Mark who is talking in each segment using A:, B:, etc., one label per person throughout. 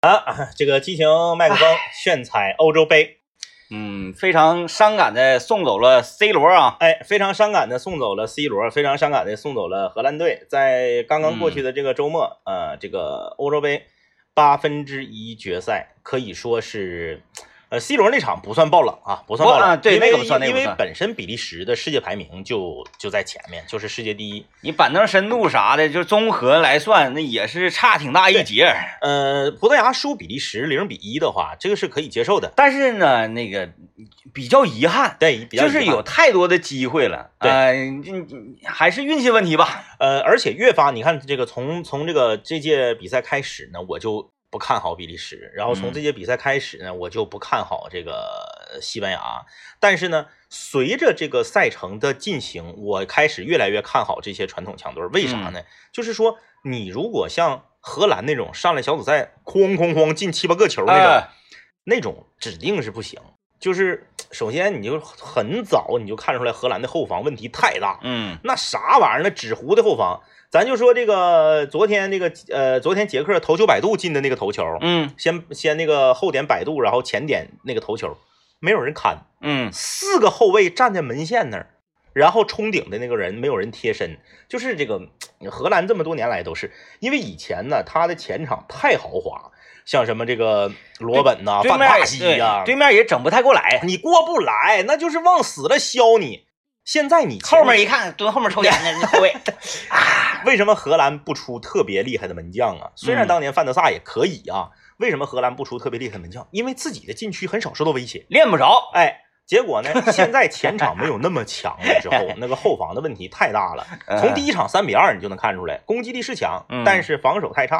A: 啊，这个激情麦克风炫彩欧洲杯，
B: 嗯，非常伤感的送走了 C 罗啊，
A: 哎，非常伤感的送走了 C 罗，非常伤感的送走了荷兰队。在刚刚过去的这个周末，
B: 嗯
A: 呃，这个欧洲杯八分之一决赛可以说是，呃，C 罗那场不算爆冷啊，不算爆冷，
B: 不啊对
A: 因为
B: 那个不算那个
A: 因
B: 不
A: 为
B: 算
A: 本身比利时的世界排名就就在前面，就是世界第一。
B: 你板凳深度啥的，就是综合来算，那也是差挺大一截儿。
A: 呃，葡萄牙输比利时零比一的话，这个是可以接受的。
B: 但是呢，那个比较遗憾，
A: 对，比较
B: 就是
A: 遗憾
B: 有太多的机会了，
A: 对
B: 呃，嗯还是运气问题吧。
A: 呃，而且越发你看这个从从这个这届比赛开始呢，我就不看好比利时，然后从这届比赛开始呢，我就不看好这个呃西班牙。但是呢，随着这个赛程的进行，我开始越来越看好这些传统强队。为啥呢？就是说，你如果像荷兰那种上来小组赛哐哐哐进七八个球那种，
B: 呃，
A: 那种指定是不行。就是首先你就很早你就看出来荷兰的后防问题太大，
B: 嗯
A: 那啥玩意儿呢？纸糊的后防，咱就说这个昨天这个呃，昨天捷克头球摆渡进的那个头球，
B: 嗯
A: 先先那个后点摆渡，然后前点那个头球，没有人看，
B: 嗯，
A: 四个后卫站在门线那儿，然后冲顶的那个人没有人贴身，就是这个嗯荷兰这么多年来都是，因为以前呢他的前场太豪华，像什么这个罗本呐、
B: 对
A: 范
B: 面
A: 帕
B: 也
A: 西
B: 对
A: 呀、
B: 对面也整不太 过来，
A: 你过不来，那就是往死了削你。现在你前
B: 后面一看蹲后面抽烟的那 后卫，
A: 为什么荷兰不出特别厉害的门将
B: 嗯
A: 啊？虽然当年范德萨也可以啊，为什么荷兰不出特别厉害的门将？因为自己的禁区很少受到威胁。
B: 练不着。
A: 哎，结果呢， 现在前场没有那么强了，之后那个后防的问题太大了。从第一场三比二你就能看出来，攻击力是强
B: 嗯，
A: 但是防守太差。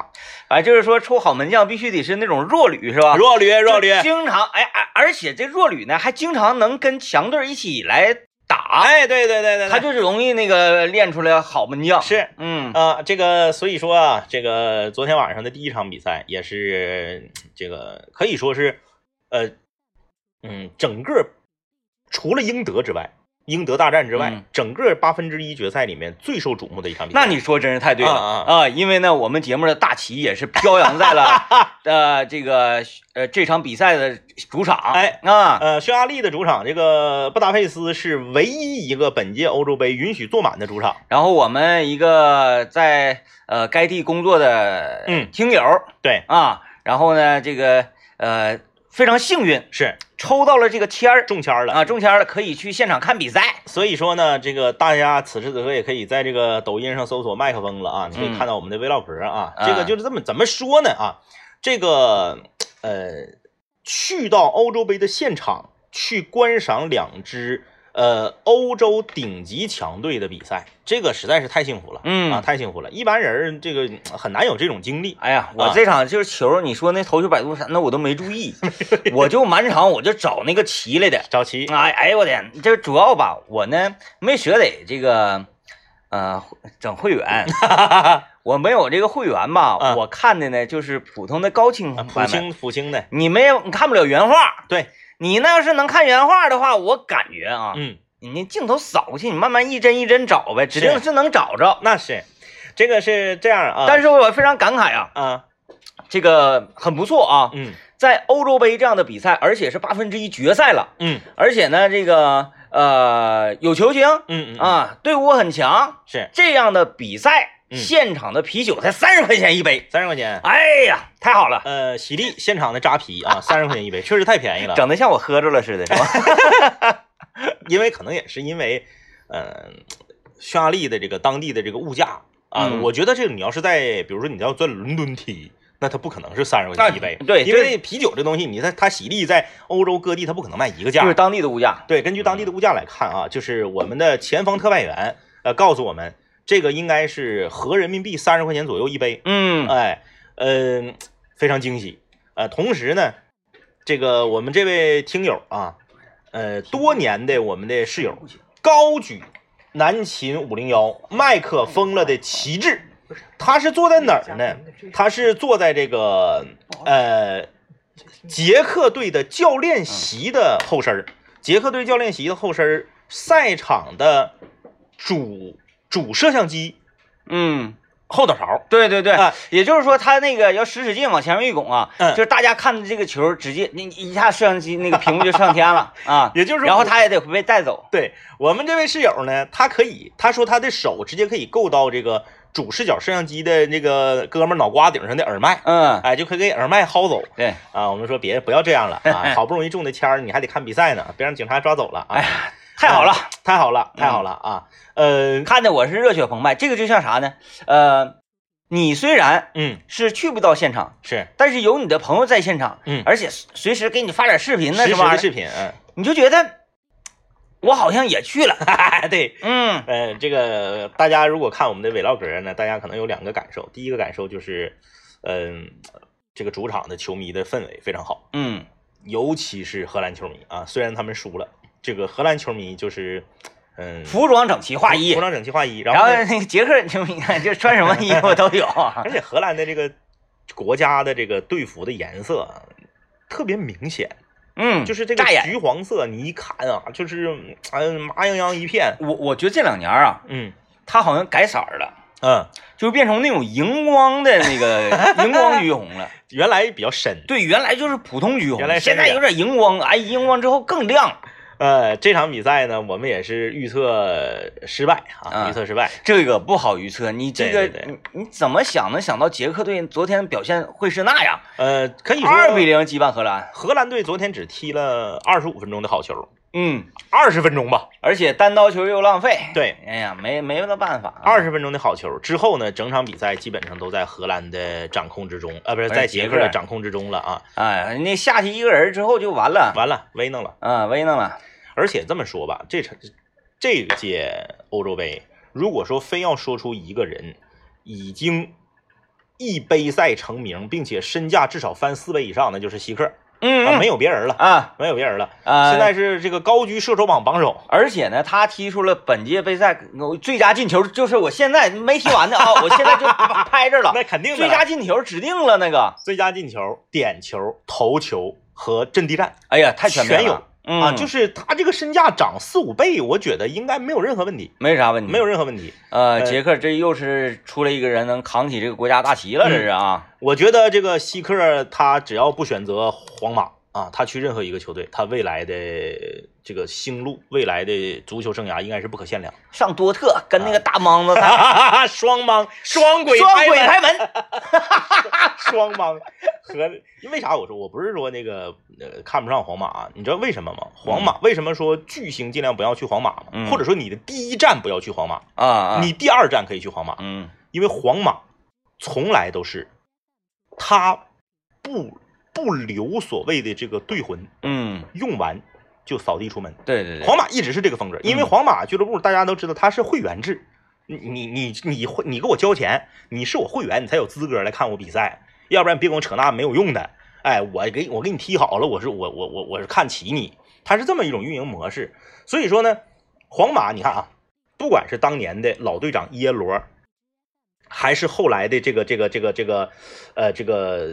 B: 反哎正就是说，出好门将必须得是那种弱旅，是吧？
A: 弱旅，弱旅
B: 啊就，经常哎，而而且这弱旅呢，还经常能跟强队一起来打，
A: 哎，对对对对，
B: 他
A: 对
B: 就是容易那个练出来好门将。，
A: 是
B: 嗯
A: 啊、这个所以说啊，这个昨天晚上的第一场比赛也是嗯这个可以说是，呃，嗯，整个除了英德之外，英德大战之外，
B: 嗯
A: 整个八分之一决赛里面最受瞩目的一场比赛。
B: 那你说真是太对了
A: 啊啊
B: 因为呢，我们节目的大旗也是飘扬 在了呃这个呃这场比赛的主场，
A: 哎
B: 啊，
A: 呃，匈牙利的主场这个布达佩斯是唯一一个本届欧洲杯允许坐满的主场。
B: 然后我们一个在呃该地工作的
A: 嗯
B: 听友、
A: 对，
B: 啊，然后呢这个呃非常幸运
A: 是
B: 抽到了这个签儿
A: 中签儿了
B: 啊，中签儿了，可以去现场看比赛。
A: 所以说呢，这个大家此时此刻也可以在这个抖音上搜索麦克风了啊，你可以看到我们的微老婆啊，
B: 嗯
A: 这个就是这么怎么说呢啊，这个呃，去到欧洲杯的现场去观赏两支呃欧洲顶级强队的比赛，这个实在是太幸福了，
B: 嗯
A: 啊，太幸福了，一般人儿这个呃很难有这种经历，
B: 哎呀，我
A: 啊
B: 这场就是球，你说那头球摆渡啥，那我都没注 意，我就满场我就找那个齐来的。
A: 赵琦，
B: 哎哎呦我天，这主要吧，我呢没舍得这个，呃，整 会员，我没有这个会员吧，
A: 啊
B: 我看的呢就是普通的高清
A: 啊
B: 版
A: 普
B: 本。
A: 京普京的，
B: 你没有，你看不了原画。
A: 对，
B: 你那要是能看原画的话，我感觉啊，
A: 嗯，
B: 你那镜头扫过去，你慢慢一帧一帧找呗，指定
A: 是
B: 是能找着。
A: 那是，这个是这样啊，
B: 但
A: 是
B: 是我非常感慨啊，
A: 啊，
B: 这个很不错啊，
A: 嗯
B: 在欧洲杯这样的比赛，而且是八分之一决赛了，
A: 嗯
B: 而且呢，这个呃有球星
A: 嗯嗯，
B: 啊，队伍很强，
A: 是。
B: 这样的比赛，
A: 嗯
B: 现场的啤酒才三十块钱一杯，
A: 三十块钱。
B: 哎呀，太好了，
A: 呃，喜力现场的扎啤啊，三十块钱一杯，确实太便宜了。
B: 整的像我喝着了似的，是吧？
A: 因为可能也是因为，呃，匈牙利的这个当地的这个物价啊，
B: 嗯
A: 我觉得这个你要是在，比如说你要在伦敦踢，那它不可能是三十块钱一杯
B: 那，啊对
A: 因为啤酒这东西，你在它喜力在欧洲各地它不可能卖一个价
B: 就是，当地的物价，
A: 对，根据当地的物价来看啊，就是我们的前方特派员呃告诉我们，这个应该是合人民币三十块钱左右一杯，
B: 嗯，
A: 哎，嗯、非常惊喜。呃，同时呢，这个我们这位听友啊，呃，多年的我们的室友，高举南秦五零幺麦克风了的旗帜，他是坐在哪儿呢？他是坐在这个呃捷克队的教练席的后身儿，捷克队教练席的后身儿，赛场的主主摄像机
B: 嗯，
A: 后脑勺，
B: 对对对，
A: 啊
B: 也就是说他那个要使使劲往前面一拱啊，
A: 嗯
B: 就是大家看着这个球直接那一下摄像机那个屏幕就上天了啊，
A: 也就是
B: 然后
A: 我
B: 他也得被带走，
A: 对我们这位室友呢，他可以，他说他的手直接可以够到这个主视角摄像机的那个哥们儿脑瓜顶上的耳麦，
B: 嗯，
A: 哎，就可以给耳麦薅走
B: 对，
A: 啊。我们说别不要这样了 啊，好不容易中的签儿，你还得看比赛呢，别让警察抓走了啊！
B: 哎呀，嗯太好了，
A: 太好了，太好了啊！呃，
B: 看的我是热血澎湃。这个就像啥呢？呃，你虽然
A: 嗯，
B: 是去不到现场，
A: 是
B: 但是有你的朋友在现场，
A: 嗯
B: 而且随时给你发点视频呢
A: 实
B: 什
A: 时
B: 么玩
A: 的
B: 意
A: 视
B: 儿，
A: 频，嗯，
B: 你就觉得我好像也去了，
A: 对。
B: 嗯
A: 呃，这个大家如果看我们的 vlog 呢，大家可能有两个感受。第一个感受就是，嗯、这个主场的球迷的氛围非常好，
B: 嗯，
A: 尤其是荷兰球迷啊，虽然他们输了，这个荷兰球迷就是，嗯，
B: 服装整齐划一
A: 服，装整齐划一，然
B: 然后
A: 后呢
B: 那个杰克 就你看就穿什么衣服都 有，
A: 而且荷兰的这个国家的这个队服的颜色啊特别明显，
B: 嗯，
A: 就是这个
B: 扎眼。
A: 橘黄色，你一看啊，就是嗯麻洋洋一片，
B: 我我觉得这两年啊，
A: 嗯
B: 他好像改色儿了，
A: 嗯，
B: 就变成那种荧光的那 个荧光橘红了。
A: 原来比较深，
B: 对，原来就是普通橘红，
A: 原来是
B: 现在
A: 这样
B: 有点荧光，哎，荧光之后更亮了。
A: 呃，这场比赛呢，我们也是预测失败啊，
B: 嗯
A: 预测失败，
B: 这个不好预测，你这个
A: 对对对
B: 你你怎么想能想到捷克队昨天表现会是那样？
A: 呃，可以说
B: 二比零击败荷兰，
A: 荷兰队昨天只踢了二十五分钟的好球，
B: 嗯，
A: 二十分钟吧，
B: 而且单刀球又浪费，
A: 对，
B: 哎呀，没没那办法啊，
A: 二十分钟的好球之后呢，整场比赛基本上都在荷兰的掌控之中，啊，不是
B: 哎
A: 在
B: 捷
A: 捷
B: 克
A: 克的掌控之中了啊。
B: 哎，那下去一个人之后就完了，
A: 完了，威弄了。
B: 啊，威弄了，
A: 而且这么说吧，这场这届欧洲杯，如果说非要说出一个人已经一杯赛成名，并且身价至少翻四倍以上，那就是希克
B: 嗯，
A: 啊，
B: 嗯
A: 没有别人了，
B: 啊
A: 没有别人了。
B: 啊，
A: 现在是这个高居射手榜榜首，
B: 而且呢，他踢出了本届杯赛我最佳进球，就是我现在没踢 完的啊，我现在就拍这儿了，
A: 那肯定的
B: 最佳进球指定了那个，
A: 最佳进球、点球、头球和阵地战。
B: 哎呀，太全面
A: 全有
B: 了，嗯
A: 啊，就是他这个身价涨四五倍，我觉得应该没有任何问题，
B: 没啥问题，
A: 没有任何问题。
B: 呃，
A: 呃
B: 杰克这又是出了一个人能扛起这个国家大旗了，这是啊，
A: 我觉得这个希克他只要不选择皇马啊，他去任何一个球队，他未来的这个星路、未来的足球生涯应该是不可限量。
B: 上多特跟那个大莽子他
A: 啊双帮双轨
B: 双轨
A: 门
B: 开门，
A: 双帮和为啥我说我不是说那个呃看不上皇马啊？你知道为什么吗？皇马、为什么说巨星尽量不要去皇马吗？
B: 嗯
A: 或者说你的第一站不要去皇马，
B: 啊啊，
A: 你第二站可以去皇马，
B: 嗯
A: 因为皇马从来都是他不不留所谓的这个队魂，
B: 嗯，
A: 用完就扫地出门。
B: 对对对，
A: 皇马一直是这个风格，因为
B: 嗯
A: 皇马俱乐部大家都知道它是会员制，你你你你会你给我交钱，你是我会员，你才有资格来看我比赛，要不然别跟我扯那没有用的。哎，我给我给你踢好了，我是我我我我是看齐你，它是这么一种运营模式。所以说呢，皇马你看啊，不管是当年的老队长耶罗，还是后来的这个这个这个这个呃这个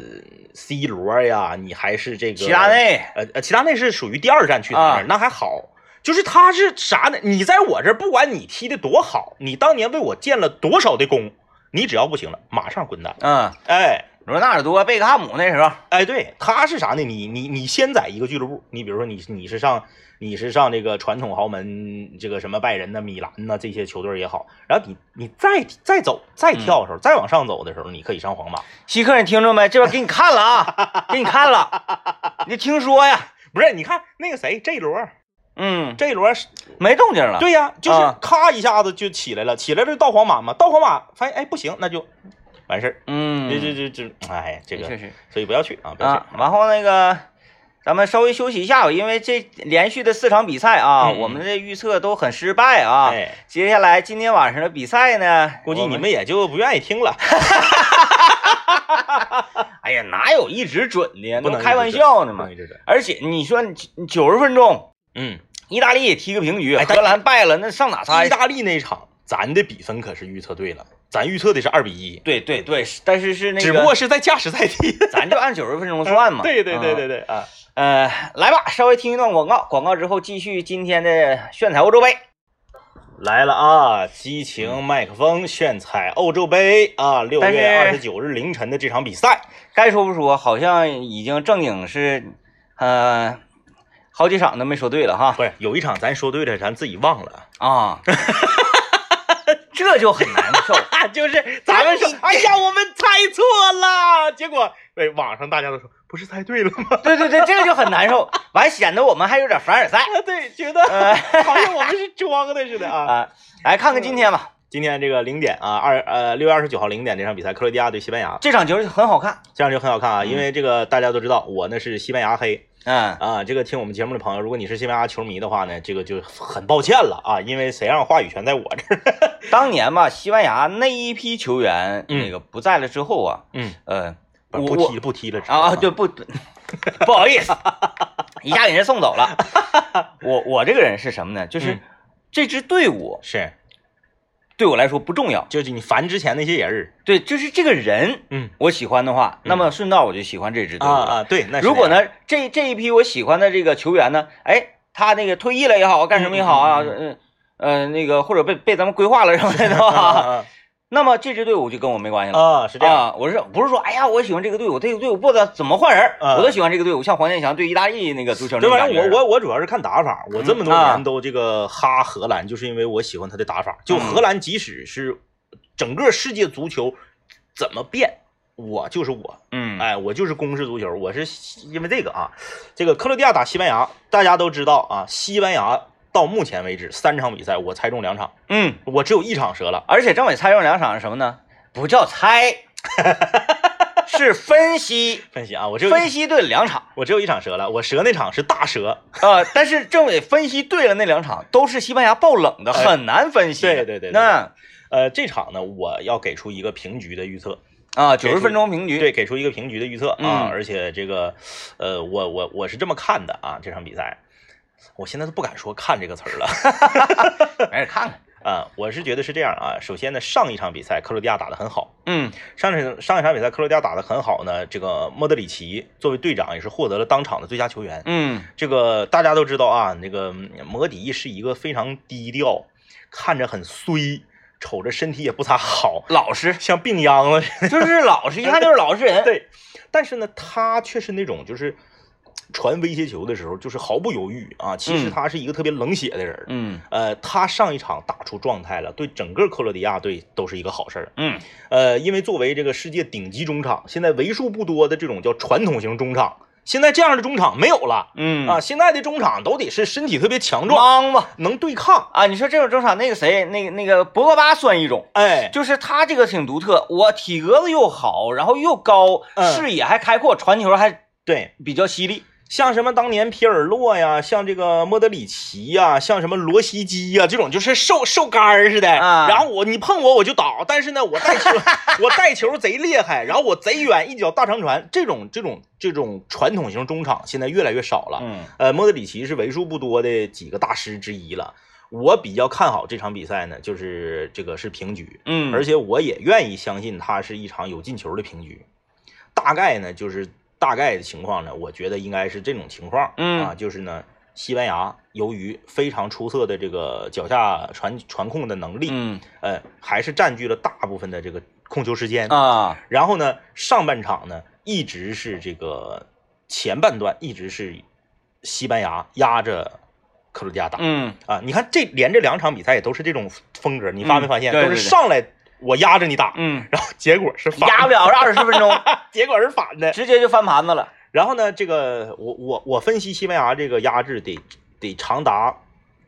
A: C 罗呀，你还是这个
B: 齐达内，
A: 呃呃，齐达内是属于第二站去的
B: 啊
A: 那儿，那还好。就是他是啥呢？你在我这儿，不管你踢的多好，你当年为我建了多少的功，你只要不行了，马上滚蛋。
B: 嗯，
A: 哎
B: 罗纳尔多、贝克汉姆那时候，
A: 哎，对，他是啥呢？你你你先在一个俱乐部，你比如说你你是上你是上这个传统豪门，这个什么拜仁呐、米兰呐、这些球队也好，然后你你再再走再跳的时候，再往上走的时候，你可以上皇马。
B: 希克，你听着没？这边给你看了啊，给你看了， 你听说呀？
A: 不是，你看那个谁，J 罗
B: 嗯，
A: ，J 罗是
B: 没动静了，，
A: 对呀、就是
B: 啊
A: 咔一下子就起来了，起来了就到皇马嘛，到皇马发现哎不行，那就完事儿，
B: 嗯，
A: 这这这这，哎这
B: 确
A: 个，
B: 实
A: 所以不要去啊，不要去
B: 啊，，然后那个。咱们稍微休息一下吧，因为这连续的四场比赛啊，
A: 嗯嗯
B: 我们的预测都很失败啊。
A: 哎，
B: 接下来今天晚上的比赛呢，
A: 估计
B: 我
A: 你们也就不愿意听了，
B: 哎呀，哪有一直准的呀？
A: 不
B: 那
A: 能
B: 不开玩笑呢
A: 不
B: 嘛
A: 能。一直这样
B: 而且你说九十分钟，
A: 嗯，
B: 意大利也踢个平局，
A: 哎但
B: 荷兰败了，那上哪猜
A: 意？大利那场咱的比分可是预测对了，咱预测的是二比一，
B: 对对对，但是是那个，
A: 只不过是在加时赛踢，
B: 咱就按九十分 钟算嘛。
A: 对对对
B: 啊
A: 对对啊，
B: 呃，来吧，稍微听一段广告，广告之后继续今天的炫彩欧洲杯。
A: 来了啊！激情麦克风炫彩欧洲杯啊，六
B: 但是
A: 月二十九日凌晨的这场比赛，
B: 该说不说，好像已经正经是，呃，好几场都没说对了哈。
A: 不是有一场咱说对了，咱自己忘了
B: 啊，这就很难受。
A: 啊， 就是咱们说，哎呀，我们猜错了，结果对网上大家都说不是猜对了吗？
B: 对对对，这个就很难受，完显得我们还有点凡尔 赛。
A: 啊，对，觉得
B: 呃
A: 好像我们是装的似的啊。
B: 啊，来看看今天吧，
A: 今天这个零点啊，二呃六月二十九号零点这场比赛，克罗地亚对西班牙，
B: 这场球很好看。
A: 这样就很好看啊，
B: 嗯
A: 因为这个大家都知道，我呢是西班牙黑
B: 嗯，
A: 啊。这个听我们节目的朋友，如果你是西班牙球迷的话呢，这个就很抱歉了啊，因为谁让话语权在我这儿？
B: 当年吧，西班牙那一批球员
A: 嗯
B: 那个不在了之后啊，
A: 嗯，
B: 呃，我
A: 不
B: 我
A: 踢不踢了
B: 啊啊，对不， 不好意 思，一下给人送走了。我我这个人是什么呢？就是
A: 嗯
B: 这支队伍
A: 是，
B: 对我来说不重要，
A: 就是你烦之前那些人，
B: 对，就是这个人
A: 嗯
B: 我喜欢的话，
A: 嗯
B: 那么顺道我就喜欢这支队伍
A: 啊
B: 了。
A: 啊，对，那是
B: 如果
A: 这样，
B: 呢，这这一批我喜欢的这个球员呢，哎，他那个退役了也好，干什么也好啊，
A: 嗯
B: 嗯呃，那个或者被被咱们规划了什么 的话，
A: 啊
B: 那么这支队伍就跟我没关系
A: 啊
B: 了。
A: 啊是这样，
B: 啊，我是不是说，哎呀，我喜欢这个队伍，这个队伍不管怎么换人儿，
A: 嗯
B: 我都喜欢这个队伍，像黄健翔对意大利那个足球那
A: 对，
B: 种
A: 反
B: 感觉
A: 正我我我主要是看打法，我这么多
B: 嗯啊
A: 年都这个哈荷兰，就是因为我喜欢他的打法。就
B: 嗯
A: 荷兰，即使是整个世界足球怎么变，我就是我，
B: 嗯，
A: 哎，我就是攻势足球，我是因为这个啊。这个克罗地亚打西班牙，大家都知道啊，西班牙到目前为止三场比赛我猜中两场，
B: 嗯，
A: 我只有一场折了。
B: 而且政委猜中两场是什么呢？不叫猜， 是分析，
A: 分析啊，我只有一
B: 分析对了两场
A: 我只有一场折了，我折那场是大折，
B: 啊、但是政委分析对了那两场都是西班牙爆冷的，
A: 哎
B: 很难分析的。
A: 对对对对
B: 那
A: 呃，这场呢我要给出一个平局的预测，
B: 啊，
A: 给
B: 九十
A: 出
B: 分钟平局，
A: 对，给出一个平局的预测啊
B: 嗯，
A: 而且这个，呃，我我我是这么看的啊，这场比赛，我现在都不敢说“看”这个词儿了
B: 没事看看。
A: 啊，我是觉得是这样啊。首先呢，上一场比赛克罗地亚打得很好，
B: 嗯
A: 上一上一场比赛克罗地亚打得很好呢，这个莫德里奇作为队长也是获得了当场的最佳球员。
B: 嗯，
A: 这个大家都知道啊，那个嗯摩迪是一个非常低调，看着很衰，瞅着身体也不咋好，
B: 老实
A: 像病秧子似的。
B: 就是老实，一看就是老实 人。
A: 对，但是呢，他却是那种就是传威胁球的时候，就是毫不犹豫啊。其实
B: 嗯
A: 他是一个特别冷血的人儿。
B: 嗯
A: 呃，他上一场打出状态了，对整个克罗地亚队都是一个好事儿。
B: 嗯
A: 呃，因为作为这个世界顶级中场，现在为数不多的这种叫传统型中场，现在这样的中场没有了
B: 嗯
A: 啊。，现在的中场都得是身体特别强壮，
B: 莽吧
A: 能对抗。
B: 啊！你说这种中场那个谁，那个那个博格巴算一种。
A: 哎，
B: 就是他这个挺独特，我体格子又好，然后又高，
A: 嗯
B: 视野还开阔，传球还
A: 对，
B: 比较犀利。
A: 像什么当年皮尔洛呀，像这个莫德里奇呀，像什么罗西基呀，这种就是瘦瘦杆儿似的。
B: 啊
A: 然后我你碰我我就倒，但是呢，我带球 我带球贼厉害，然后我贼远，一脚大长传，这种这种这种传统型中场现在越来越少了。
B: 嗯
A: 呃，莫德里奇是为数不多的几个大师之一了。我比较看好这场比赛呢，就是这个是平局，
B: 嗯，
A: 而且我也愿意相信它是一场有进球的平局。大概呢，就是大概的情况呢，我觉得应该是这种情况。
B: 嗯
A: 啊，就是呢，西班牙由于非常出色的这个脚下传传控的能力，
B: 嗯
A: 呃，还是占据了大部分的这个控球时间。
B: 啊，
A: 然后呢，上半场呢一直是这个前半段一直是西班牙压着克罗地亚打。
B: 嗯
A: 啊，你看这连着两场比赛也都是这种风格，你发没发现？
B: 嗯对
A: 都
B: 对
A: 是
B: 对
A: 上来我压着你打，
B: 嗯，
A: 然后结果是反
B: 压不
A: 的，
B: 了二十分钟，
A: 结果是反的。
B: 直接就翻盘子了。
A: 然后呢，这个我我我分析西班牙这个压制得得长达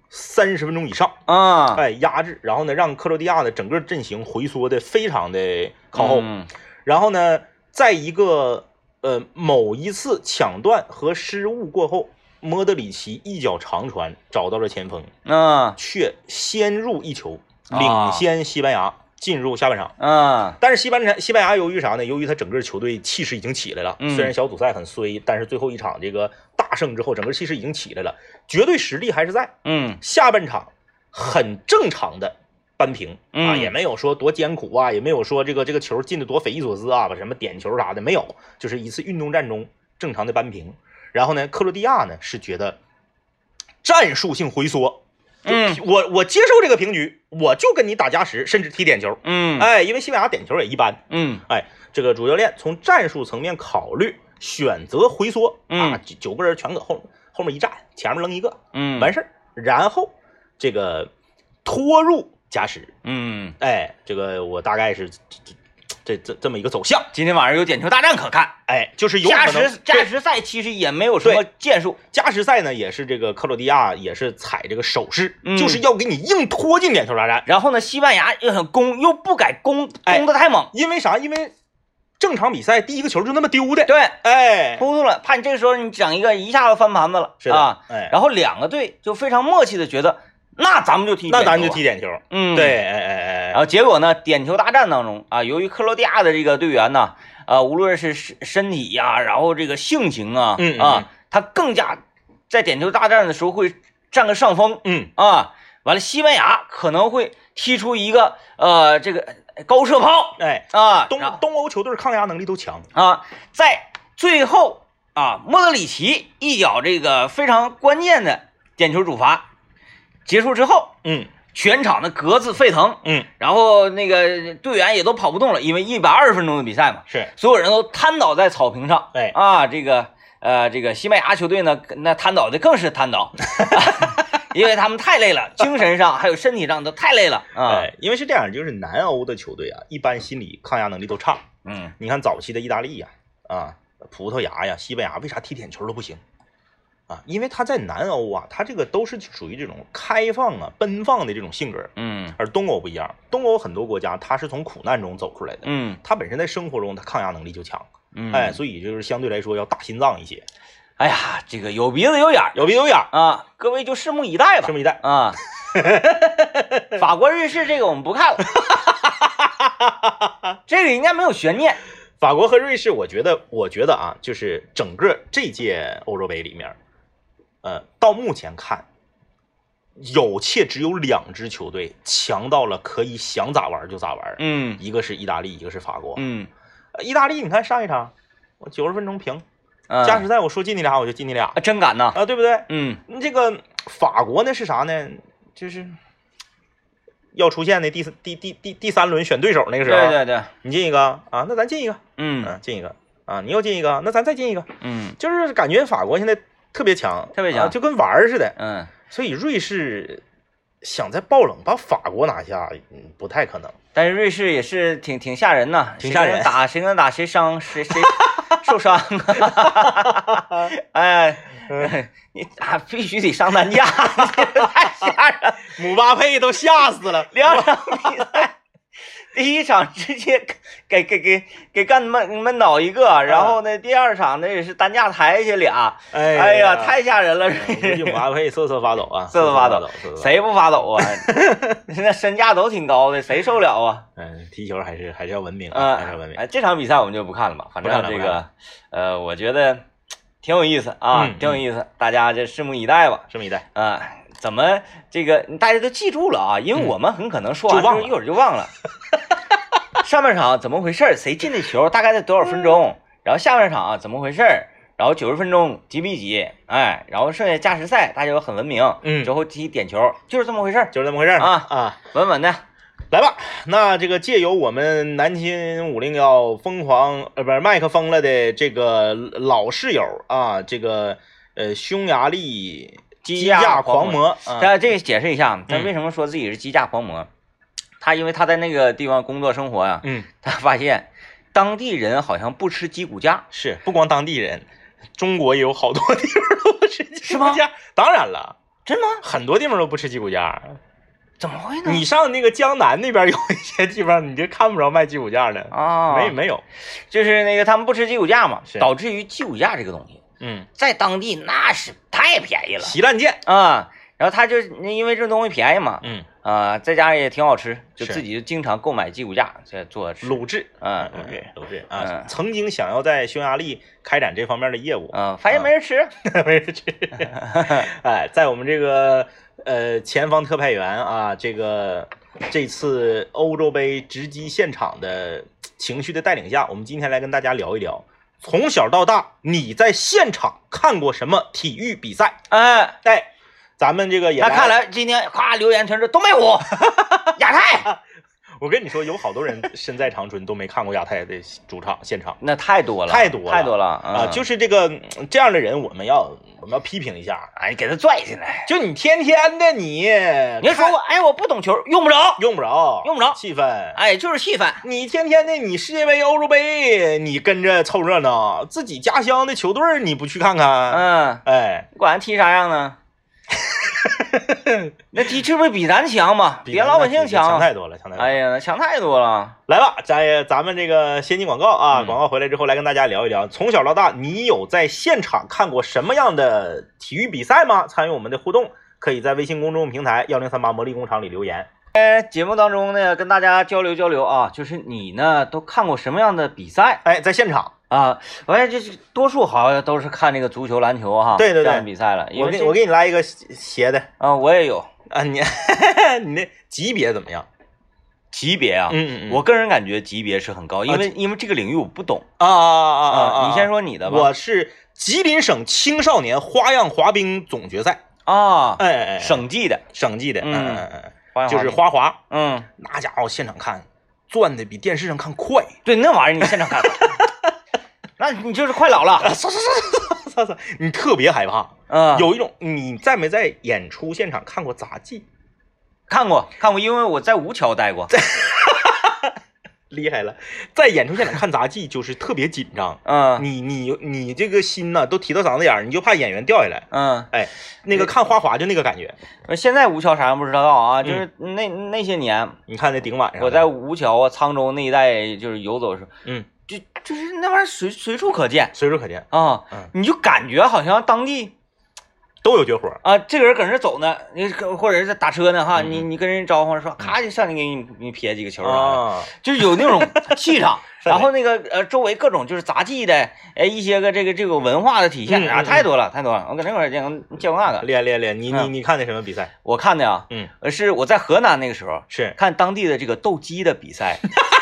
A: 三十分钟以上，
B: 啊，
A: 哎，压制，然后呢，让克罗地亚的整个阵型回缩的非常的靠后，
B: 嗯
A: 然后呢，在一个呃某一次抢断和失误过后，莫德里奇一脚长传找到了前锋，
B: 啊
A: 却先入一球，
B: 啊
A: 领先西班牙进入下半场。
B: 啊，
A: 但是西班牙西班牙由于啥呢？由于他整个球队气势已经起来了，
B: 嗯
A: 虽然小组赛很衰，但是最后一场这个大胜之后，整个气势已经起来了，绝对实力还是在。
B: 嗯
A: 下半场很正常的扳平啊，
B: 嗯
A: 也没有说多艰苦啊，也没有说这个这个球进的多匪夷所思啊，把什么点球啥的没有，就是一次运动战中正常的扳平。然后呢，克罗地亚呢是觉得战术性回缩，
B: 嗯
A: 就我我接受这个平局，我就跟你打加时，甚至踢点球。
B: 嗯
A: 哎，因为西班牙点球也一般。
B: 嗯
A: 哎，这个主教练从战术层面考虑，选择回缩啊，
B: 嗯
A: 九九个人全搁后后面一站，前面扔一个，
B: 嗯，
A: 完事儿。然后这个拖入加时，
B: 嗯，
A: 哎，这个我大概是这这这这这么一个走向，
B: 今天晚上有点球大战可看，
A: 哎，就是有
B: 加
A: 可能
B: 时加时赛其实也没有什么建树，
A: 加时赛呢，也是这个克罗地亚也是踩这个手势，
B: 嗯
A: 就是要给你硬拖进点球大战。
B: 然后呢，西班牙又很攻，又不敢攻，
A: 哎
B: 攻的太猛，
A: 因为啥？因为正常比赛第一个球就那么丢的，
B: 对，
A: 哎，
B: 扑住了，怕你这个时候你整一个一下子翻盘子了，
A: 是的，
B: 啊，
A: 哎，
B: 然后两个队就非常默契的觉得，那咱们就踢，
A: 那咱就，踢点球，
B: 嗯，
A: 对，。哎哎哎
B: 然
A: 哎，
B: 后结果呢？点球大战当中啊，由于克罗地亚的这个队员呢，啊，无论是身身体呀、然后这个性情啊，
A: 嗯嗯
B: 啊，他更加在点球大战的时候会占个上风
A: 嗯，
B: 啊。完了，西班牙可能会踢出一个呃这个高射炮
A: 哎，
B: 啊，
A: 东
B: 然后
A: 东欧球队抗压能力都强，
B: 啊，在最后啊，莫德里奇一脚这个非常关键的点球主罚结束之后，
A: 嗯
B: 全场的格子沸腾，
A: 嗯，
B: 然后那个队员也都跑不动了，因为一百二十分钟的比赛嘛，
A: 是，
B: 所有人都瘫倒在草坪上。
A: 哎
B: 啊，这个呃，这个西班牙球队呢，那瘫倒的更是 瘫倒， 因为他们太累了，精神上还有身体上都太累了啊。
A: 哎，因为是这样，就是南欧的球队啊，一般心理抗压能力都差。
B: 嗯
A: 你看早期的意大利呀、啊，葡萄牙呀、西班牙，为啥踢点球都不行？啊，因为他在南欧啊，他这个都是属于这种开放啊、奔放的这种性格，
B: 嗯
A: 而东欧不一样，东欧很多国家它是从苦难中走出来的，
B: 嗯
A: 它本身在生活中它抗压能力就强，
B: 嗯，
A: 哎，，所以就是相对来说要大心脏一些，
B: 哎呀，这个有鼻子有眼儿
A: 有鼻有眼儿，
B: 啊，各位就拭目以待吧
A: 拭。目以待。
B: 啊，法国、瑞士这个我们 不看了，这个应该没有悬念。
A: 法国和瑞士，我觉得，我觉得啊，就是整个这届欧洲杯里面，呃，到目前看，有且只有两支球队强到了可以想咋玩就咋玩，
B: 嗯
A: 一个是意大利，一个是法国。
B: 嗯，
A: 呃意大利，你看上一场我九十分钟平，
B: 啊
A: 加时赛我说进你俩我就进你俩
B: 啊，真敢呐。
A: 啊，对不对？
B: 嗯
A: 那这个法国呢是啥呢？就是要出现的第四第第第第三轮选对手那个时候，啊
B: 对对对，
A: 你进一个啊，那咱进一个。
B: 嗯
A: 嗯，进一个啊，你又进一个，那咱再进一个，
B: 嗯
A: 就是感觉法国现在特别强，
B: 特别强
A: 啊就跟玩儿似的。
B: 嗯，
A: 所以瑞士想在爆冷把法国拿下，嗯，不太可能。
B: 但是瑞士也是挺挺吓人呐，
A: 挺吓人
B: 谁跟他 打谁跟他打谁伤谁 谁受伤啊，
A: 嗯
B: 哎， 你啊必须得上担架， 太吓人了。
A: 姆巴佩都吓死了，
B: 两场比赛， 第一场直接给给给给干闷闷倒一个，然后呢，第二场呢也是担架抬下去俩，
A: 啊哎
B: 哎呀，太吓人了，
A: 我估计姆巴佩瑟瑟发抖啊，
B: 瑟瑟发
A: 发
B: 抖
A: 瑟瑟发抖。
B: 谁不发抖啊？ 那身价都挺高的，谁受了啊？
A: 嗯，踢球还是还是要文明 啊，还是要文
B: 嗯，
A: 明。
B: 哎，这场比赛我们就不看了吧，反
A: 不看
B: 正
A: 了
B: 这
A: 不看
B: 个，呃，我觉得挺有意思啊，
A: 嗯
B: 挺有意思，大家这拭目以待吧。
A: 这么一代，
B: 啊、怎么这个大家都记住了啊？因为我们很可能说
A: 嗯
B: 完
A: 就忘了
B: 一会儿就忘 了。上半场怎么回事儿？谁进的球？大概在多少分
A: 嗯
B: 钟？然后下半场、啊、怎么回事儿？然后九十分钟几比几？哎，然后剩下加时赛大家都很文明，
A: 嗯
B: 之后踢点球就是这么回事儿，
A: 就是这么回事儿
B: 啊
A: 啊！
B: 稳稳的。
A: 来吧，那这个借由我们南秦五零幺疯狂呃不是麦克风了的这个老室友啊，这个呃匈牙利
B: 基亚
A: 亚
B: 狂嗯
A: 魔，
B: 大
A: 啊
B: 家这个解释一下，他为什么说自己是机甲狂魔？他因为他在那个地方工作生活呀、啊
A: 嗯
B: 他发现当地人好像不吃鸡骨架，
A: 是不光当地人，中国也有好多地方都不吃鸡
B: 是
A: 骨
B: 吗
A: 架，当然了，
B: 真吗？
A: 很多地方都不吃鸡骨架。
B: 怎么会呢？
A: 你上那个江南那边有一些地方，你就看不着卖鸡骨架的，
B: 啊，
A: 没没有，
B: 就是那个他们不吃鸡骨架嘛
A: 是，
B: 导致于鸡骨架这个东西
A: 嗯，
B: 在当地那是太便宜了
A: 稀烂贱，
B: 啊。然后他就因为这东西便宜嘛，
A: 嗯，
B: 啊，在家也挺好吃，就是自己就经常购买鸡骨架在做吃。
A: 鲁智。
B: 嗯，
A: 鲁智，鲁智
B: 嗯
A: 啊，曾经想要在匈牙利开展这方面的业务，
B: 嗯，发现没人吃。
A: 没人 吃。哎，在我们这个呃前方特派员啊，这个这次欧洲杯直击现场的情绪的带领下，我们今天来跟大家聊一聊，从小到大你在现场看过什么体育比赛？
B: 哎，
A: 哎，咱们这个也
B: 那看来今天夸留言全是东北 虎、亚太，
A: 我跟你说，有好多人身在长春都没看过亚太的主场现场
B: 那太多了，
A: 太
B: 太
A: 多了
B: 多了
A: 啊、
B: 啊！
A: 就是这个嗯这样的人，我们要我们要批评一下。
B: 哎，给他拽进来。
A: 就你天天的你，
B: 你要
A: 看
B: 说我哎，我不懂球，用不着，
A: 用不着，
B: 用不着
A: 气氛。
B: 哎，就是气氛。
A: 你天天的你世界杯、欧洲杯，你跟着凑热闹，自己家乡的球队儿你不去看看？
B: 嗯，
A: 哎，
B: 你管他踢啥样 呢？那踢是不是比咱强嘛？
A: 比
B: 老百
A: 咱那
B: 姓
A: 体制强太多了，强太多了。
B: 哎呀，那强太多了。
A: 来吧，咱也咱们这个先进广告啊，
B: 嗯
A: 广告回来之后来跟大家聊一聊，从小到大你有在现场看过什么样的体育比赛吗？参与我们的互动，可以在微信公众平台幺零三八魔力工厂里留言。
B: 在哎节目当中呢，跟大家交流交流啊，就是你呢都看过什么样的比赛
A: 哎，在现场，
B: 啊？完了，就是多数好像都是看这个足球、篮球哈，
A: 对对对
B: 这样的比赛了。因
A: 我
B: 为
A: 给
B: 这
A: 我给你来一个斜的
B: 啊，我也有
A: 啊，你你那级别怎么样？
B: 级别啊，
A: 嗯嗯嗯
B: 我个人感觉级别是很高，因为、因为这个领域我不懂
A: 啊啊啊啊！
B: 你先说你的吧。
A: 我是吉林省青少年花样滑冰总决赛，
B: 啊，
A: 哎哎哎，
B: 省际的，
A: 省际的，
B: 嗯
A: 嗯嗯
B: 花
A: 嗯，
B: 样
A: 就是
B: 滑
A: 花滑，
B: 冰，嗯，
A: 那家伙现场看转的比电视上看快，
B: 对，那玩意儿你现场看， 那你就是快老了，
A: 嗖嗖嗖嗖嗖嗖，你特别害怕，
B: 嗯，
A: 有一种你在没在演出现场看过杂技？
B: 看过看过，因为我在吴桥待过，
A: 厉害了，在演出现场看杂技就是特别紧 张，
B: 嗯
A: 你你你这个心呐、都提到嗓子眼儿，你就怕演员掉下来。
B: 嗯。
A: 哎，那个看花滑就那个感觉，
B: 呃现在吴桥啥样不知道啊，就是
A: 嗯
B: 那那些年
A: 你看那顶晚上，
B: 我在吴桥啊、沧州那一带就是游走的时候，
A: 嗯，
B: 就就是那玩意儿随随处可见
A: 随处可见
B: 啊
A: 嗯，
B: 你就感觉好像当地
A: 都有绝活儿，
B: 啊，这个人搁那走呢，你跟或者是在打车呢哈，
A: 嗯
B: 你你跟人招呼说，咔就上去给你给你撇几个球啥的，
A: 啊，
B: 就是有那种 气场。
A: 氛围
B: 然后那个呃，周围各种就是杂技的，哎，一些个这个这个文化的体现
A: 嗯
B: 啊，
A: 嗯
B: 太多了太多了。我搁那块儿见过见过那个，
A: 厉害厉害厉害！你你
B: 嗯
A: 你看那什么比赛？
B: 我看的啊，
A: 嗯，
B: 呃是我在河南那个时候，
A: 是
B: 看当地的这个斗鸡的比赛，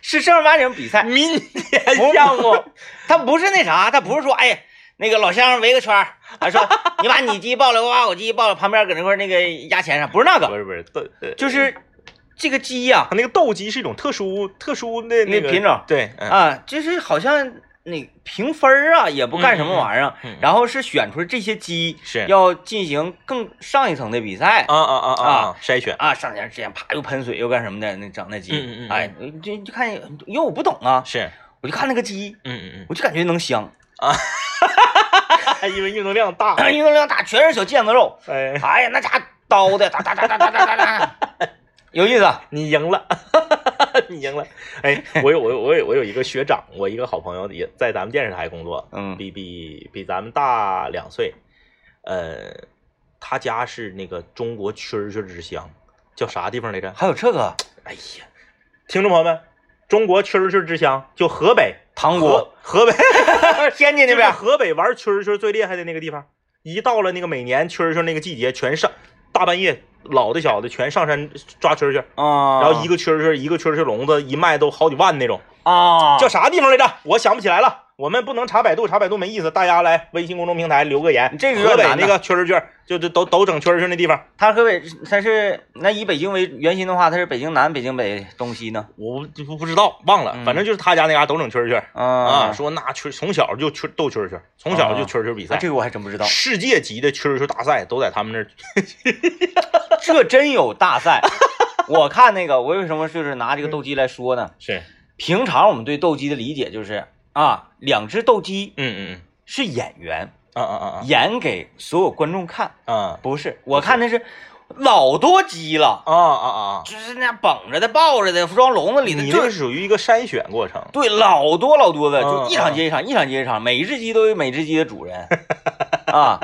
B: 是正儿八经比赛，
A: 民
B: 不
A: 间
B: 是
A: 项目，
B: 他不是那啥，他不是说哎。那个老乡围个圈儿，他说你把你鸡抱了，我把我鸡抱了，旁边搁那块儿那个压钱上，不是那
A: 不
B: 个，
A: 是不是斗，呃
B: 就是这个鸡呀
A: 它那个斗鸡是一种特殊特殊的
B: 那
A: 个
B: 品种
A: 对，嗯
B: 啊，就是好像那评分儿啊也不干什么玩意儿
A: 嗯嗯嗯，
B: 然后是选出这些鸡
A: 是
B: 要进行更上一层的比赛
A: 啊啊啊啊！筛选，
B: 啊，上前之前啪又喷水又干什么的，那整那鸡，
A: 嗯嗯嗯
B: 哎，就就看，因为我不懂啊，
A: 是，
B: 我就看那个鸡，
A: 嗯嗯
B: 我就感觉能香，
A: 嗯，因为运动量大，
B: 运动哎量大，全是小腱子肉，
A: 哎，
B: 哎呀，那家伙刀的，哒哒哒哒哒哒哒哒， 有意思啊，
A: 你赢了， 你赢了。哎，我有我有我有我有一个学长，我一个好朋友也在咱们电视台工作，
B: 嗯
A: 比比比咱们大两岁，呃，他家是那个中国蛐蛐之乡，叫啥地方来着？
B: 还有这个
A: 哎呀，听众朋友们，中国蛐蛐之乡就河北，
B: 糖
A: 河
B: 果，
A: 河北
B: 天津那
A: 就是
B: 边，
A: 河北玩蛐蛐最厉害的那个地方。一到了那个每年蛐蛐那个季节，全上大半夜，老的小的全上山抓蛐蛐，
B: 啊，
A: 然后一个蛐蛐一个蛐蛐笼子一卖都好几万那种，
B: 啊，
A: 叫啥地方来着？我想不起来了。我们不能查百度，查百度没意思。大家来微信公众平台留个言，
B: 这个有
A: 河
B: 点
A: 北
B: 难
A: 那个蛐蛐圈，就就都都整蛐蛐那地方，
B: 他河北，他是那以北京为圆心的话，他是北京南、北京北、东西呢，
A: 我不不不知道忘了，
B: 嗯
A: 反正就是他家那嘎都整蛐蛐圈。啊，
B: 啊，
A: 说那蛐从小就蛐斗蛐蛐，从小就蛐蛐比赛，
B: 啊这个我还真不知道，
A: 世界级的蛐蛐大赛都在他们那儿。
B: 这真有大 赛。我看那个，我为什么就是拿这个斗鸡来说呢？
A: 是，
B: 平常我们对斗鸡的理解就是啊，两只斗鸡
A: 嗯嗯
B: 是演员
A: 嗯，啊啊啊
B: 演给所有观众看，
A: 啊啊
B: 不是，我看的是老多鸡了，
A: 啊啊啊！
B: 就是那绑着的、抱着的、装笼子里的，
A: 你这
B: 就是
A: 属于一个筛选过程，
B: 对老多老多的，
A: 嗯
B: 就一场接一场，一场接一场，每一只鸡都有每只鸡的 主人啊，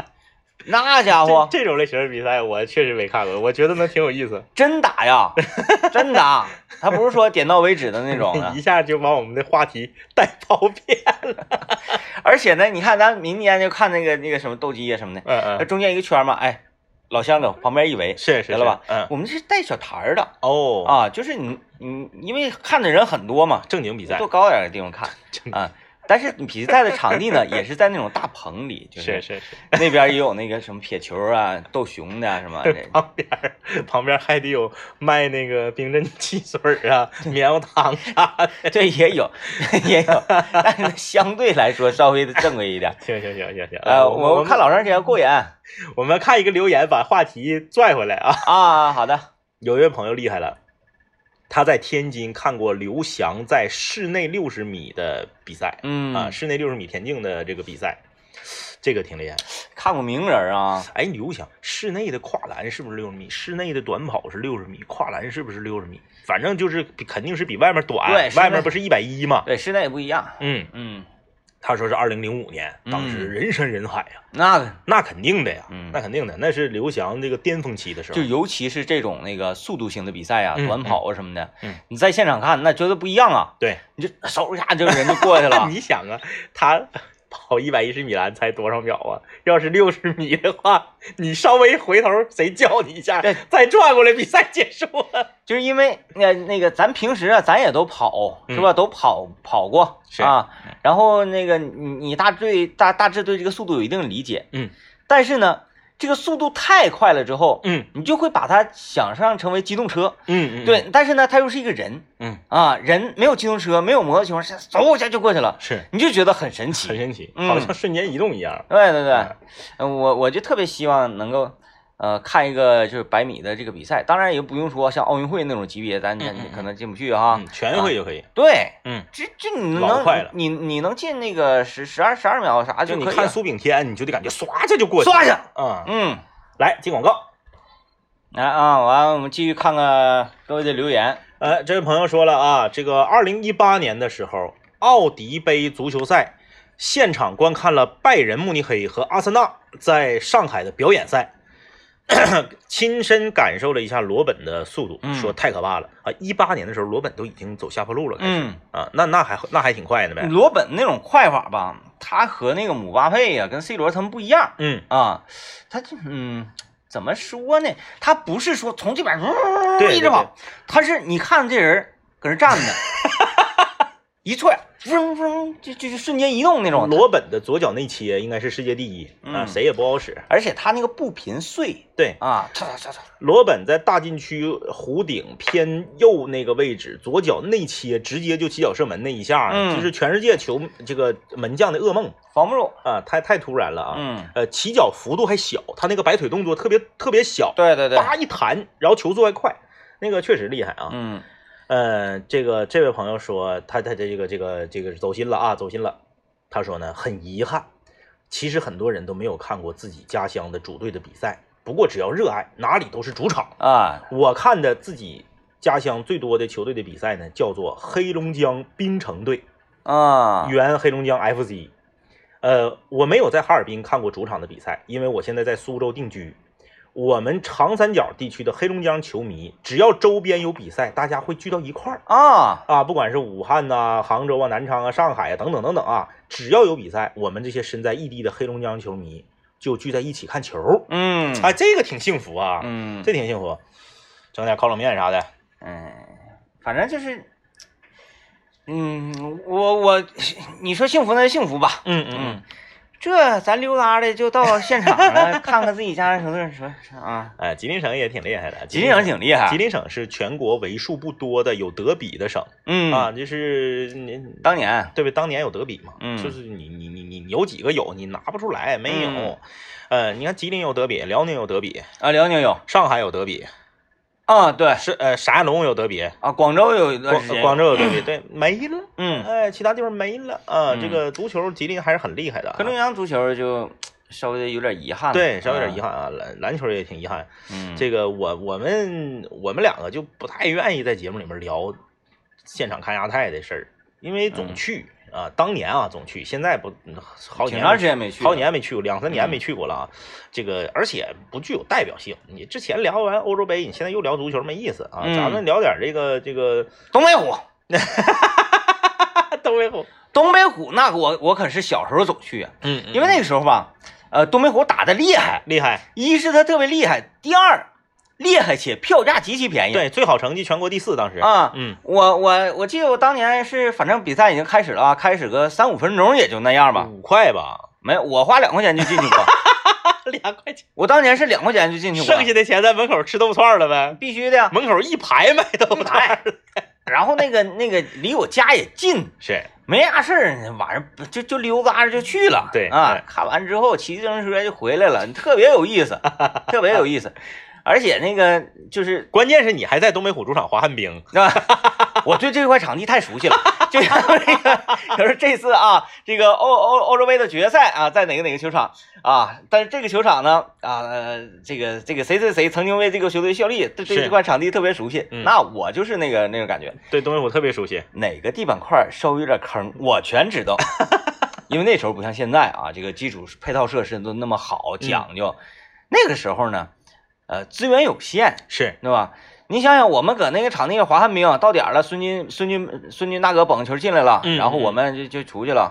B: 那家伙
A: 这这种类型的比赛我确实没看过，我觉得能挺有意思，，
B: 真打呀，真打，他不是说点到为止的那种啊 的
A: 一下就把我们的话题带跑偏。
B: 而且呢，你看咱民间就看那个那个什么斗鸡啊什么的，
A: 嗯
B: 那
A: 嗯，
B: 中间一个圈嘛，哎，老乡搁旁边一围，
A: 是是
B: 得了吧？
A: 嗯，
B: 我们是带小台儿的
A: 哦，
B: 啊，就是你你因为看的人很多嘛，
A: 正经比赛
B: 坐，高点儿的地方看
A: 正
B: 啊，但是比赛的场 地呢，也是在那种大棚里，就是
A: 是是，
B: 那边也有那个什么撇球啊、斗熊的、啊、 什么的，
A: 旁边儿旁边儿还得有卖那个冰镇汽水儿啊、棉花糖啥的。
B: 这 也有也有，但是相对来说稍微的正规 一点。
A: 行行行行行，
B: 呃，我
A: 我
B: 看老张这样 过瘾啊
A: 我们看一个留言，把话题拽回来啊。
B: 啊，好的，
A: 有一位朋友厉害了，他在天津看过刘翔在室内六十米的比赛、
B: 嗯
A: 啊，室内六十米田径的这个比赛，这个挺厉害。
B: 看过名人啊，
A: 哎，刘翔室内的跨栏是不是六十米？室内的短跑是六十米，跨栏是不是六十米？反正就是比肯定是比外面短，
B: 对室内
A: 外面不是一百一吗？
B: 对，室内也不一样，
A: 嗯，
B: 嗯，
A: 他说是二零零五年，当时
B: 嗯
A: 人山人海呀、
B: 那个
A: 那肯定的呀，
B: 嗯
A: 那肯定的，那是刘翔这个巅峰期的时候
B: 就。尤其是这种那个速度型的比赛啊，
A: 嗯
B: 短跑啊什么的，
A: 嗯
B: 你在现场看那绝对不一样啊！
A: 对，
B: 你就嗖一下，这个人就过去 了，
A: 你想啊，他 跑一百一十米栏才多少秒啊？要是六十米的话，你稍微回头，谁叫你一下
B: 对，
A: 再转过来，比赛结束啊了。
B: 就是因为那那个咱平时啊，咱也都跑
A: 嗯
B: 是吧？都跑跑过
A: 是嗯
B: 啊，然后那个你你大对大大致对这个速度有一定的理解，
A: 嗯
B: 但是呢，这个速度太快了之后，
A: 嗯
B: 你就会把它想象成为机动车，
A: 嗯
B: 对，，但是呢，他又是一个人
A: 嗯
B: 啊，人没有机动车，没有摩托情况下，嗖一下就过去了，
A: 是
B: 你就觉得很神奇，
A: 很神奇，
B: 嗯
A: 好像瞬间移动一样。
B: 对对对
A: 嗯，
B: 呃我我就特别希望能够，呃，看一个就是百米的这个比赛，当然也不用说像奥运会那种级别，咱
A: 嗯嗯
B: 咱可能进不去哈。
A: 嗯，全运会就可以。
B: 对，
A: 嗯，
B: 这这你
A: 老
B: 能
A: 快了
B: 你你能进那个十十二十二秒啥
A: 就
B: 可
A: 你
B: 以了，
A: 看苏炳添，你就得感觉唰一下就过去。
B: 刷一下，
A: 啊、嗯，
B: 嗯，
A: 来进广告。
B: 来啊，完了我们继续看看各位的留言，
A: 呃，这位朋友说了啊，这个二零一八年的时候，奥迪杯足球赛现场观看了拜仁慕尼黑和阿森纳在上海的表演赛， 亲身感受了一下罗本的速度，
B: 嗯
A: 说太可怕了啊！一八年的时候，罗本都已经走下坡路了，开始、
B: 嗯，
A: 啊，那那还那还挺快的呗，
B: 罗本那种快法吧，他和那个姆巴佩呀、跟 C 罗他们不一样，
A: 嗯，
B: 啊，他就嗯，怎么说呢？他不是说从这边呜
A: 对
B: 一直
A: 对
B: 跑，他是你看这人搁那站着， 一踹，嗡嗡，就就就瞬间移动那种。
A: 嗯罗本的左脚内切应该是世界第一啊，
B: 嗯
A: 谁也不好使。
B: 而且他那个步频碎
A: 对，
B: 啊，嚓嚓嚓嚓，
A: 罗本在大禁区弧顶偏右那个位置，左脚内切，直接就起脚射门那一下，
B: 嗯
A: 就是全世界球这个门将的噩梦
B: 防不住。
A: 啊！太太突然了啊！
B: 嗯，
A: 呃，起脚幅度还小，他那个摆腿动作特别特别小，
B: 对对对，
A: 叭一弹，然后球速还快，那个确实厉害啊。
B: 嗯
A: 呃，这个这位朋友说他他这个这个这个走心了啊，走心了。他说呢，很遗憾，其实很多人都没有看过自己家乡的主队的比赛，不过只要热爱，哪里都是主场。
B: 啊，
A: 我看的自己家乡最多的球队的比赛呢，叫做黑龙江滨城队，
B: 啊，
A: 原黑龙江 FC。呃，我没有在哈尔滨看过主场的比赛，因为我现在在苏州定居。我们长三角地区的黑龙江球迷，只要周边有比赛，大家会聚到一块儿
B: 啊，
A: 啊，不管是武汉呐、杭州啊、南昌啊、上海啊等等等等啊，只要有比赛，我们这些身在异地的黑龙江球迷就聚在一起看球。
B: 嗯，
A: 哎，这个挺幸福啊，
B: 嗯
A: 这挺幸福，整点烤冷面啥的。
B: 嗯，反正就是，嗯，我我，你说幸福那就幸福吧，
A: 嗯
B: 嗯，，这咱溜达的就到现场了， 看看自己家人什么说啊。
A: 哎，吉林省也挺厉害的，
B: 吉林省挺厉害
A: 吉，林省是全国为数不多的有德比的省、
B: 嗯
A: 啊，就是你
B: 当年，
A: 对不对？当年有德比嘛，
B: 嗯
A: 就是你你你你你有几个有，你拿不出来，没有。
B: 嗯
A: 呃，你看吉林有德比，辽宁有德比，
B: 啊，辽宁有
A: 上海有德比，
B: 啊，对
A: 是呃陕亚龙有德比，
B: 啊，广州有一段
A: 广
B: 时间，
A: 广州有德比，对，没了。
B: 嗯，
A: 哎，其他地方没了啊！
B: 嗯
A: 这个足球，吉林还是很厉害的啊。
B: 黑龙江足球就稍微有点遗憾了，
A: 对，稍微有点遗
B: 憾，
A: 憾啊。篮篮球也挺遗憾，
B: 嗯，
A: 这个我我们我们两个就不太愿意在节目里面聊现场看亚太的事儿，因为总
B: 嗯
A: 去啊、当年啊总去，现在不嗯好几
B: 挺
A: 年
B: 长
A: 没
B: 时间没去，
A: 好几，年没去过，两三年
B: 嗯
A: 没去过了啊。这个而且不具有代表性。你之前聊完欧洲杯，你现在又聊足球，没意思啊。
B: 嗯
A: 咱们聊点这个这个
B: 东北虎，啊
A: 东北虎，
B: 东北虎那个我我可是小时候总去啊，
A: 嗯因
B: 因为
A: 为那
B: 那个时候吧，呃，东北虎打的厉害，
A: 厉害，
B: 一是他特别厉害，第二厉害且票价极其便宜。
A: 对，最好成绩全国第四，当时
B: 啊
A: 嗯，
B: 我我我记得我当年是，反正比赛已经开始了啊，开始个三五分钟也就那样吧，
A: 五块吧，
B: 没有我花两块钱就进去过，
A: 两块钱，
B: 我当年是两块钱就进去过，
A: 剩下的钱在门口吃豆腐串了呗，
B: 必须的呀。
A: 门口一排卖豆腐串儿，
B: 然后那个那个离我家也近，
A: 是
B: 没啥事儿，晚上就就溜达着就去了。
A: 对
B: 啊
A: 哎，
B: 看完之后骑自行车就回来了，特别有意思，特别有意思。而且那个就是
A: 关键是你还在东北虎主场滑旱冰，
B: 啊，我对这块场地太熟悉了。就像那个，就是这次啊，这个欧欧欧洲杯的决赛啊，在哪个哪个球场啊？但是这个球场呢，啊，呃、这个这个谁谁谁曾经为这个球队效力，对对
A: 是
B: 这块场地特别熟悉。
A: 嗯
B: 那我就是那个那个感觉。
A: 对东北虎特别熟悉，
B: 哪个地板块儿稍微有点坑，我全 知道。因为那时候不像现在啊，这个基础配套设施都那么好
A: 嗯
B: 讲究。那个时候呢，呃，资源有限，
A: 是
B: 对吧？你想想，我们搁那个场地滑旱冰啊，到点儿了，孙军、孙军、孙军大哥捧球进来了，
A: 嗯
B: 然后
A: 嗯
B: 我们就就出去了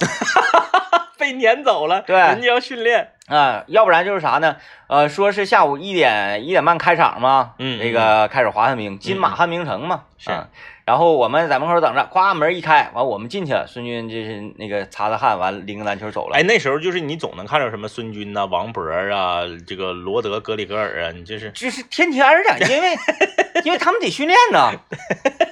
A: 被撵走了，
B: 对
A: 人家要训练，
B: 啊、要不然就是啥呢？呃，说是下午一点一点半开场嘛，
A: 嗯
B: 那个开始滑旱冰，金马
A: 嗯
B: 旱冰城嘛，
A: 是
B: 啊然后我们在门口等着，咵门一开，完我们进去了，孙军就是那个擦擦汗，完拎个篮球走了。
A: 哎，那时候就是你总能看着什么孙军呐、王博啊、这个罗德、格里格尔啊，你这是
B: 就是天天儿的， 因为因为他们得训练呐，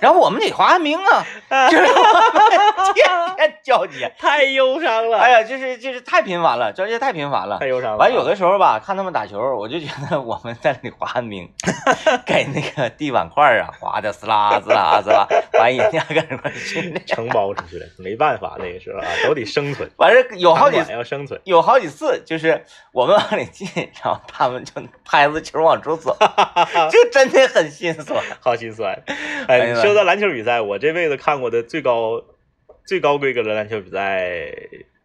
B: 然后我们得滑旱冰 啊，就是我们天天交接。
A: 太忧伤了
B: 哎呀，就是就是太频繁了，交接太频繁了
A: 太。忧伤了。啊
B: 完有的时候吧，看他们打球，我就觉得我们在那里滑 旱冰，给那个地板块儿啊滑的滋啦滋啦滋啦，完人家搁那块儿训练， ，
A: 承包出去了，没办法，那个时候啊，都得生 存
B: 完事有好几
A: 当晚要生存。
B: 有好几次，就是我们往里进，然后他们就拍着球往出走， 就真的很心酸。
A: 好心酸。
B: 哎
A: 哎，
B: 呀
A: 说到篮球比赛，我这辈子看过的最高最高规格的篮球比赛，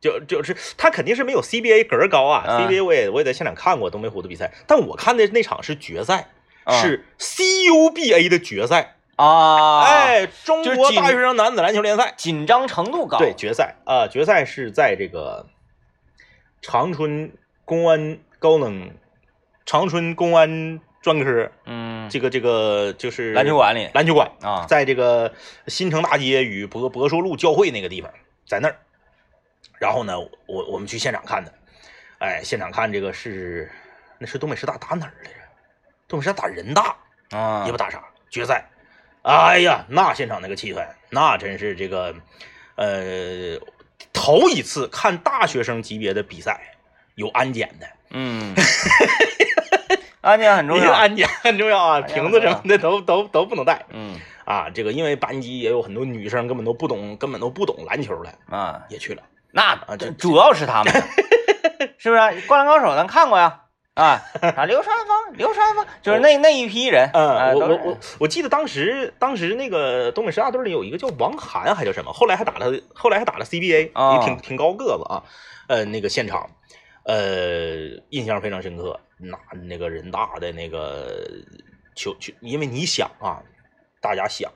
A: 就就是它肯定是没有 CBA 格儿高啊。
B: 嗯
A: CBA 我也我也在现场看过东北虎的比赛，但我看的那场是决赛，
B: 嗯
A: 是 CUBA 的决赛。
B: 啊，，
A: 哎，中
B: 就是
A: 国
B: 紧
A: 大学生男子篮球联赛，
B: 紧张程度高。
A: 对，决赛啊、决赛是在这个长春公安高能长春公安专科
B: 嗯，
A: 这个这个就是
B: 篮球馆里
A: 篮球馆
B: 啊，
A: 在这个新城大街与博博硕路交汇那个地方，在那儿。然后呢，我我们去现场看的，哎，现场看这个是那是东北师大打哪儿来着？东北师大打人大，
B: 啊
A: 也不打啥决赛。哎呀，那现场那个气氛，那真是这个，呃，头一次看大学生级别的比赛有安检的，
B: 嗯，安全很重
A: 你这
B: 要。
A: 安检 很重要啊，
B: 哎呀
A: 瓶子什么的都都都不能带。
B: 嗯
A: 啊，这个因为班级也有很多女生根本都不懂，根本都不懂篮球的，
B: 啊，
A: 也去了。
B: 那
A: 啊这
B: 主要是 他们，是不是？《灌篮高手》咱看过呀。 啊，啥刘山峰，刘山峰就是那那一批人，啊
A: 嗯，我
B: 都是
A: 我我我记得当时当时那个东北师大队里有一个叫王涵还叫什么，后来还打了后来还打了 CBA，、
B: 哦
A: 也挺挺高个子啊。呃，那个现场，呃，印象非常深刻。那那个人大的那个球球，因为你想啊，大家想，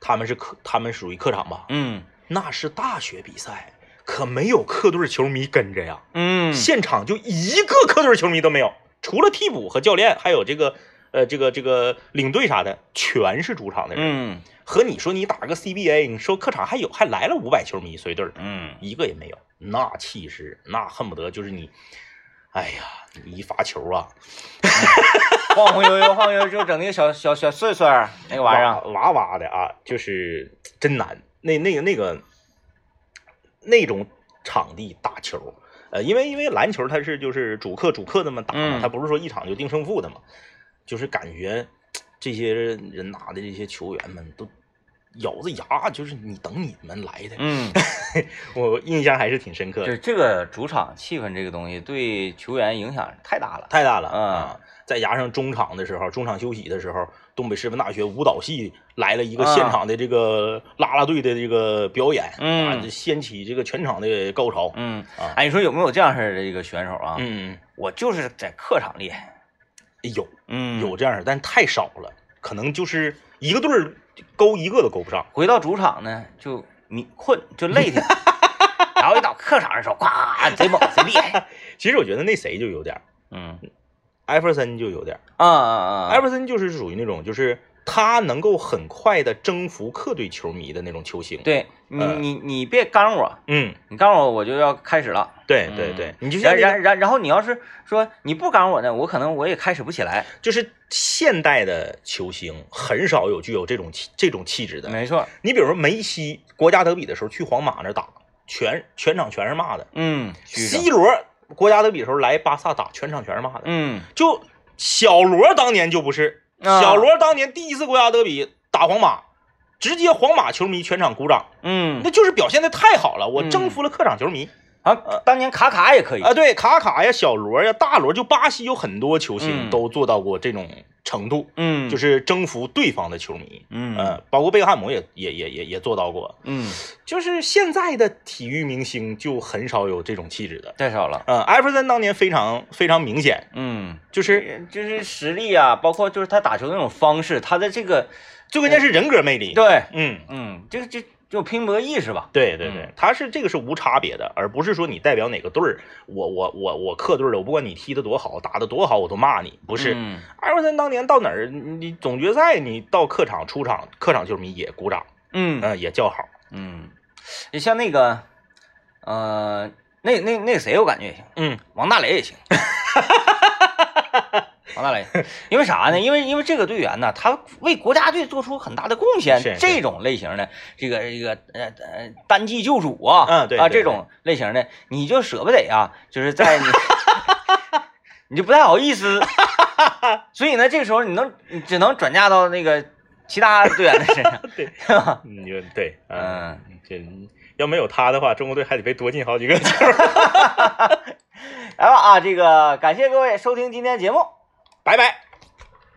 A: 他们是客，他们属于客场吧？
B: 嗯
A: 那是大学比赛，可没有客队球迷跟着呀。
B: 嗯
A: 现场就一个客队球迷都没有，除了替补和教练，还有这个呃这个这个领队啥的，全是主场的人。
B: 嗯
A: 和你说你打个 CBA，你说客场还有还来了五百球迷随队儿，
B: 嗯，
A: 一个也没有，那气势那恨不得就是你，哎呀，你一罚球啊，
B: 晃晃悠悠，晃悠悠就整那个小小小碎碎儿那个玩意儿，
A: 哇哇哇的啊，就是真难。那那个那个那种场地打球，呃，因为因为篮球它是就是主客主客那么打嘛，
B: 嗯
A: 它不是说一场就定胜负的嘛，就是感觉这些人打的这些球员们都咬着牙，就是你等你们来的。
B: 嗯，
A: 我印象还是挺深刻
B: 就
A: 的，
B: 这个主场气氛这个东西对球员影响太大了。
A: 太大了
B: 嗯
A: 啊！再加上中场的时候，中场休息的时候，东北师范大学舞蹈系来了一个
B: 啊
A: 现场的这个啦啦队的这个表演，啊，
B: 嗯
A: 这掀起这个全场的高潮。
B: 嗯
A: 啊，
B: 哎，你说有没有这样式儿的这个选手啊？
A: 嗯，
B: 我就是在客场厉害，
A: 有
B: 嗯，
A: 有这样的，但太少了，可能就是一个队儿勾一个都勾不上。
B: 回到主场呢，就你困就累挺，然后一到客场的时候，呱，贼猛贼厉害。
A: 其实我觉得那谁就有点儿，
B: 嗯
A: 艾弗森就有点儿，
B: 啊啊
A: 艾
B: 啊！
A: 弗森就是属于那种就是他能够很快的征服客队球迷的那种球星。，
B: 对你
A: 呃
B: 你你别刚我，
A: 嗯，
B: 你刚我我就要开始了。
A: 对对对，嗯你就像
B: 嗯
A: 那
B: 然
A: 个
B: 然然然后你要是说你不刚我呢，我可能我也开始不起来。
A: 就是现代的球星很少有具有这种气这种气质的。
B: 没错，
A: 你比如说梅西，国家德比的时候去皇马那儿打，全全场全是骂的
B: 嗯，虚
A: ；C
B: 着
A: 罗国家德比的时候来巴萨打，全场全是骂的。
B: 嗯
A: 就小罗当年就不是，
B: 啊
A: 小罗当年第一次国家德比打皇马，直接皇马球迷全场鼓掌，
B: 嗯，
A: 那就是表现的太好了，我
B: 嗯
A: 征服了客场球迷
B: 啊，当年卡卡也可以
A: 啊！对，卡卡呀、小罗呀、大罗，就巴西有很多球
B: 嗯
A: 星都做到过这种程度，
B: 嗯，
A: 就是征服对方的球迷。
B: 嗯
A: 呃，包括贝克汉姆也也也也也做到过，
B: 嗯，
A: 就是现在的体育明星就很少有这种气质的。
B: 太少了。
A: 呃，艾弗森当年非常非常明显，
B: 嗯，
A: 就是
B: 就是实力啊，包括就是他打球那种方式，他的这个
A: 最关键是人格魅力。，
B: 对，
A: 嗯，
B: 嗯，这个这就拼搏意识吧。
A: 对对对
B: 嗯，
A: 他是这个是无差别的，而不是说你代表哪个队儿，我我我我客队儿的，我不管你踢得多好，打得多好，我都骂你，不
B: 不
A: 是。艾弗森当年到哪儿，你总决赛你到客场出场，客场球迷也鼓掌，
B: 嗯
A: 嗯、也叫好。
B: 嗯，你像那个，呃，那那那谁，我感觉也行，
A: 嗯
B: 王大雷 也行。王大雷，因为啥呢？因为因为这个队员呢，他为国家队做出很大的贡献
A: 是。是
B: 这种类型的，这个这个呃呃单季救主啊，
A: 嗯对
B: 啊
A: 对
B: 这种类型的，你就舍不得啊，就是 在你，你就不太好意思。所以呢，这个时候你能你只能转嫁到那个其他队员的身上，
A: 对
B: 对吧？
A: 你就对，
B: 嗯
A: 嗯，这要没有他的话，中国队还得被多进好几个球。
B: 来吧啊，这个感谢各位收听今天节目。
A: 拜拜。